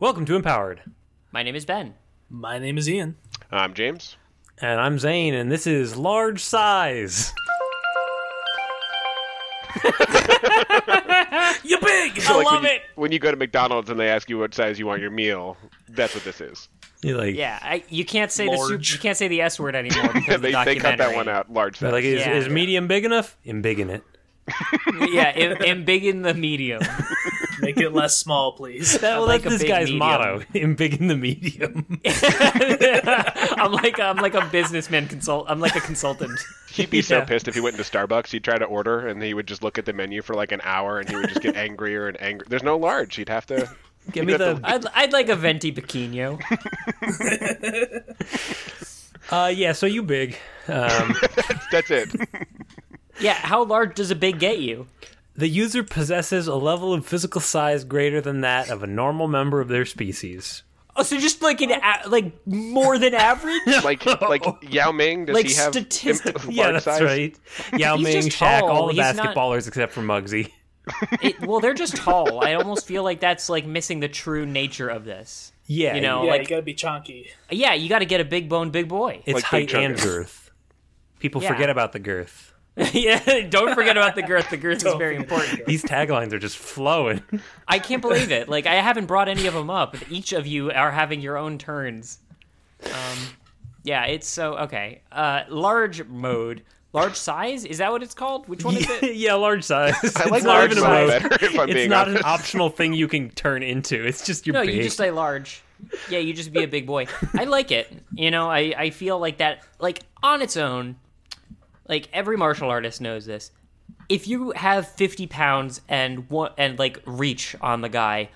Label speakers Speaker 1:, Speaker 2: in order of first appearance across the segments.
Speaker 1: Welcome to Empowered.
Speaker 2: My name is Ben.
Speaker 3: My name is Ian.
Speaker 4: I'm James.
Speaker 1: And I'm Zane, and this is Large Size.
Speaker 3: You big!
Speaker 4: So,
Speaker 3: I
Speaker 4: like,
Speaker 3: love
Speaker 4: when you,
Speaker 3: it!
Speaker 4: When you go to McDonald's and they ask you what size you want your meal, that's what this is.
Speaker 1: You like,
Speaker 2: Yeah, I, you can't say the
Speaker 3: Large.
Speaker 2: su- you can't say the S word anymore because of the
Speaker 4: they, they cut that
Speaker 2: documentary.
Speaker 4: one out large.
Speaker 1: like
Speaker 4: size.
Speaker 1: is,
Speaker 2: Yeah.
Speaker 1: is medium big enough? Embiggen it.
Speaker 2: yeah, and, and big in the medium.
Speaker 3: Make it less small, please.
Speaker 1: That, well,
Speaker 2: like
Speaker 1: that's
Speaker 2: a
Speaker 1: this
Speaker 2: big
Speaker 1: guy's
Speaker 2: medium.
Speaker 1: motto: embiggen the medium.
Speaker 2: I'm like I'm like a businessman consult. I'm like a consultant.
Speaker 4: He'd be so
Speaker 1: yeah.
Speaker 4: pissed if he went into Starbucks. He'd try to order and he would just look at the menu for like an hour and he would just get angrier and angry. There's no large. He'd have to.
Speaker 1: Give me
Speaker 4: You'd have
Speaker 1: the.
Speaker 2: I'd, I'd like a venti pequeño.
Speaker 1: Uh, yeah, so you big. Um,
Speaker 4: That's it.
Speaker 2: Yeah, how large does a big get you?
Speaker 1: the user possesses a level of physical size greater than that of a normal member of their species.
Speaker 2: Oh, so just like an a- like more than average.
Speaker 4: Like like Yao Ming. Does
Speaker 2: Like
Speaker 4: he have im-
Speaker 2: statistic-
Speaker 4: large
Speaker 1: Oh. Yeah, that's
Speaker 4: size?
Speaker 1: right. Yao
Speaker 2: He's
Speaker 1: Ming,
Speaker 2: just
Speaker 1: Shaq,
Speaker 2: tall.
Speaker 1: all the
Speaker 2: He's not-
Speaker 1: basketballers except for Muggsy.
Speaker 2: It- well, they're just tall. I almost feel like that's like missing the true nature of this.
Speaker 1: Yeah,
Speaker 2: You know,
Speaker 3: Yeah,
Speaker 2: like
Speaker 3: you gotta be chonky.
Speaker 2: yeah, you got to get a big bone, big boy.
Speaker 1: it's
Speaker 4: Like Big
Speaker 1: height and
Speaker 4: Chuggers.
Speaker 1: girth. People
Speaker 2: Yeah.
Speaker 1: forget about the girth.
Speaker 2: yeah, don't forget about the girth. The girth is very important.
Speaker 1: These taglines are just flowing.
Speaker 2: I can't believe it. Like I haven't brought any of them up. Each of you are having your own turns. Um, yeah, it's so okay. Uh, large mode, large size. Is that what it's called? Which one is
Speaker 1: yeah,
Speaker 2: it?
Speaker 1: yeah, large size.
Speaker 4: I like
Speaker 1: it's not
Speaker 4: large
Speaker 1: even a mode.
Speaker 4: size better. If I'm
Speaker 1: It's
Speaker 4: being
Speaker 1: not
Speaker 4: honest.
Speaker 1: an optional thing you can turn into. It's just your
Speaker 2: No,
Speaker 1: big.
Speaker 2: you just say large. Yeah, you just be a big boy. I like it. You know, I I feel like that. Like on its own, like every martial artist knows this. If you have fifty pounds and one and like reach on the guy,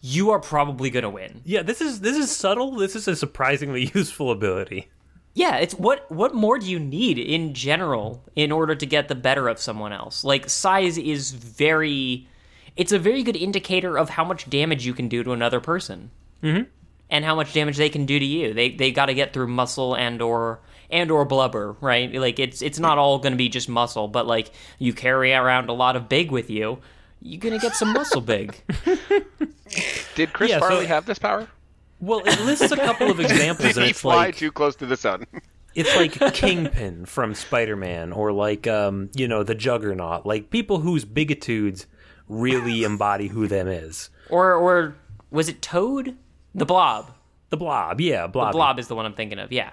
Speaker 2: you are probably gonna win.
Speaker 1: yeah, this is this is subtle. This is a surprisingly useful ability.
Speaker 2: Yeah, it's what what more do you need in general in order to get the better of someone else? Like size is very it's a very good indicator of how much damage you can do to another person. Mhm. And how much damage they can do to you. They they got to get through muscle and or and or blubber, right? Like it's it's not all going to be just muscle, but like you carry around a lot of big with you, you're going to get some muscle big.
Speaker 4: Did Chris
Speaker 1: Yeah, so-
Speaker 4: Farley have this power?
Speaker 1: Well, it lists a couple of examples,
Speaker 4: Did
Speaker 1: and
Speaker 4: he
Speaker 1: it's
Speaker 4: fly
Speaker 1: like
Speaker 4: too close to the sun?
Speaker 1: it's like Kingpin from Spider-Man, or like um, you know, the Juggernaut, like people whose bigitudes really embody who them is.
Speaker 2: Or or was it Toad? The Blob.
Speaker 1: The Blob, yeah, Blob,
Speaker 2: Blob is the one I'm thinking of. Yeah.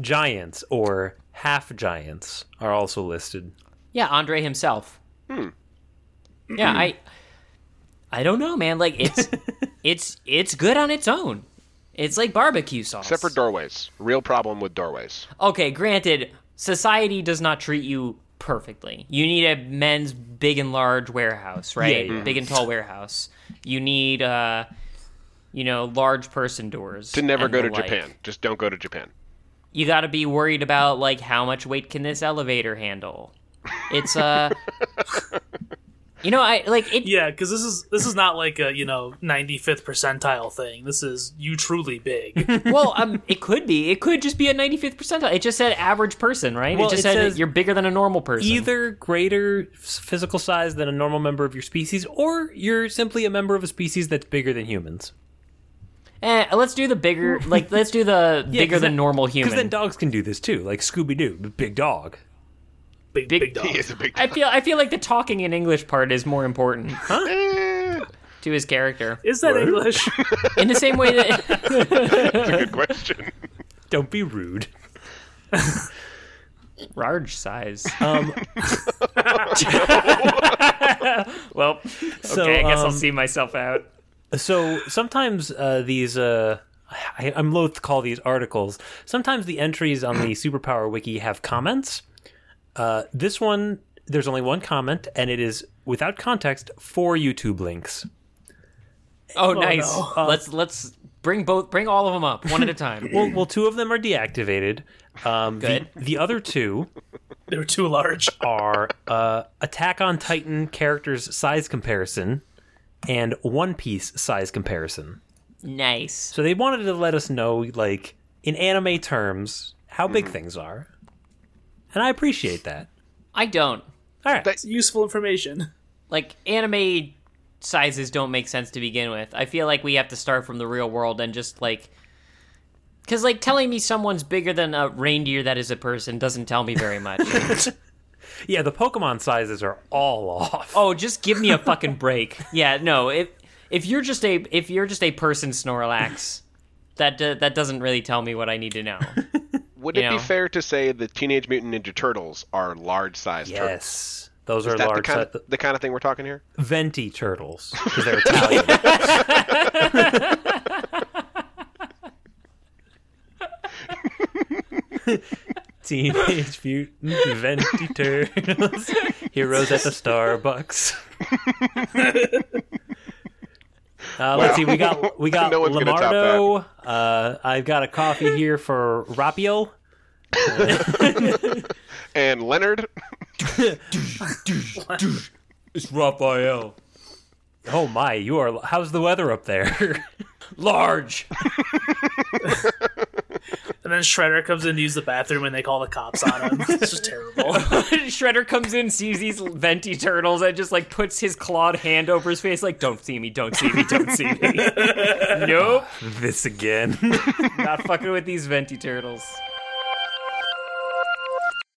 Speaker 1: giants or half giants are also listed.
Speaker 2: Yeah, Andre himself. Hmm. Yeah, I I don't know, man. Like it's it's it's good on its own. It's like barbecue sauce.
Speaker 4: Except for doorways. Real problem with doorways.
Speaker 2: okay, granted, society does not treat you perfectly. You need a men's big and large warehouse, right?
Speaker 1: Yeah, yeah.
Speaker 2: Big and tall warehouse. You need uh you know, large person doors.
Speaker 4: To never
Speaker 2: and
Speaker 4: go
Speaker 2: the
Speaker 4: to
Speaker 2: like.
Speaker 4: Japan. Just don't go to Japan.
Speaker 2: You got to be worried about like how much weight can this elevator handle? It's uh You know, I like it
Speaker 3: Yeah, because this is this is not like a you know ninety fifth percentile thing. This is you truly big.
Speaker 2: well, um, it could be. It could just be a 95th percentile. It just said average person, right?
Speaker 1: Well,
Speaker 2: it just
Speaker 1: it
Speaker 2: said
Speaker 1: says
Speaker 2: you're bigger than a normal person.
Speaker 1: Either greater s- physical size than a normal member of your species, or you're simply a member of a species that's bigger than humans.
Speaker 2: Eh, let's do the bigger, like let's do the bigger
Speaker 1: 'cause
Speaker 2: than
Speaker 1: then-
Speaker 2: normal
Speaker 1: Because
Speaker 2: human.
Speaker 1: then dogs can do this too, like Scooby Doo, big dog.
Speaker 3: Big big,
Speaker 2: Big-
Speaker 3: dog.
Speaker 4: He is a big
Speaker 2: I feel I feel like the talking in English part is more important to his character.
Speaker 3: Is that English?
Speaker 2: In the same way that
Speaker 4: That's a good question.
Speaker 1: Don't be rude.
Speaker 2: large size.
Speaker 1: Um,
Speaker 2: Well,
Speaker 1: So,
Speaker 2: okay, I guess I'll
Speaker 1: um,
Speaker 2: see myself out.
Speaker 1: so sometimes uh, these, uh, I, I'm loath to call these articles. Sometimes the entries on the Superpower Wiki have comments. Uh, this one, there's only one comment, and it is without context four YouTube links.
Speaker 2: Oh, nice.
Speaker 3: no.
Speaker 2: let's let's bring both bring all of them up one at a time.
Speaker 1: Well, well, two of them are deactivated. Um, the-
Speaker 2: Good.
Speaker 1: The, other two
Speaker 3: They're too large.
Speaker 1: are uh, Attack on Titan characters size comparison and One Piece size comparison.
Speaker 2: nice.
Speaker 1: So they wanted to let us know, like in anime terms, how big
Speaker 4: Mm-hmm.
Speaker 1: things are, and I appreciate that.
Speaker 2: I don't.
Speaker 1: All right,
Speaker 4: That-
Speaker 3: It's useful information.
Speaker 2: like anime sizes don't make sense to begin with. I feel like we have to start from the real world and just like cuz like telling me someone's bigger than a reindeer that is a person doesn't tell me very much.
Speaker 1: Yeah, the Pokemon sizes are all off.
Speaker 2: oh, just give me a fucking break. Yeah, no, if if you're just a if you're just a person Snorlax, that do, that doesn't really tell me what I need to know.
Speaker 4: Would
Speaker 2: You
Speaker 4: it
Speaker 2: know.
Speaker 4: be fair to say the Teenage Mutant Ninja Turtles are large sized turtles?
Speaker 1: yes. Those are
Speaker 4: Is that the
Speaker 1: large
Speaker 4: kind,
Speaker 1: si-
Speaker 4: of, the kind of thing we're talking here?
Speaker 1: venti turtles because they're Italian. Teenage Mutant Venti Turtles, heroes at the Starbucks. Uh, let's see. We got we got
Speaker 4: No one's gonna top that.
Speaker 1: Lamardo. Uh, I've got a coffee here for Rapio.
Speaker 4: And Leonard,
Speaker 1: It's Raphael. Oh my! You are. How's the weather up there? Large.
Speaker 3: And then Shredder comes in to use the bathroom and they call the cops on him. it's just terrible.
Speaker 2: Shredder comes in, sees these venti turtles, and just like puts his clawed hand over his face, like "Don't see me, don't see me, don't see me." nope,
Speaker 1: This again.
Speaker 2: not fucking with these venti turtles.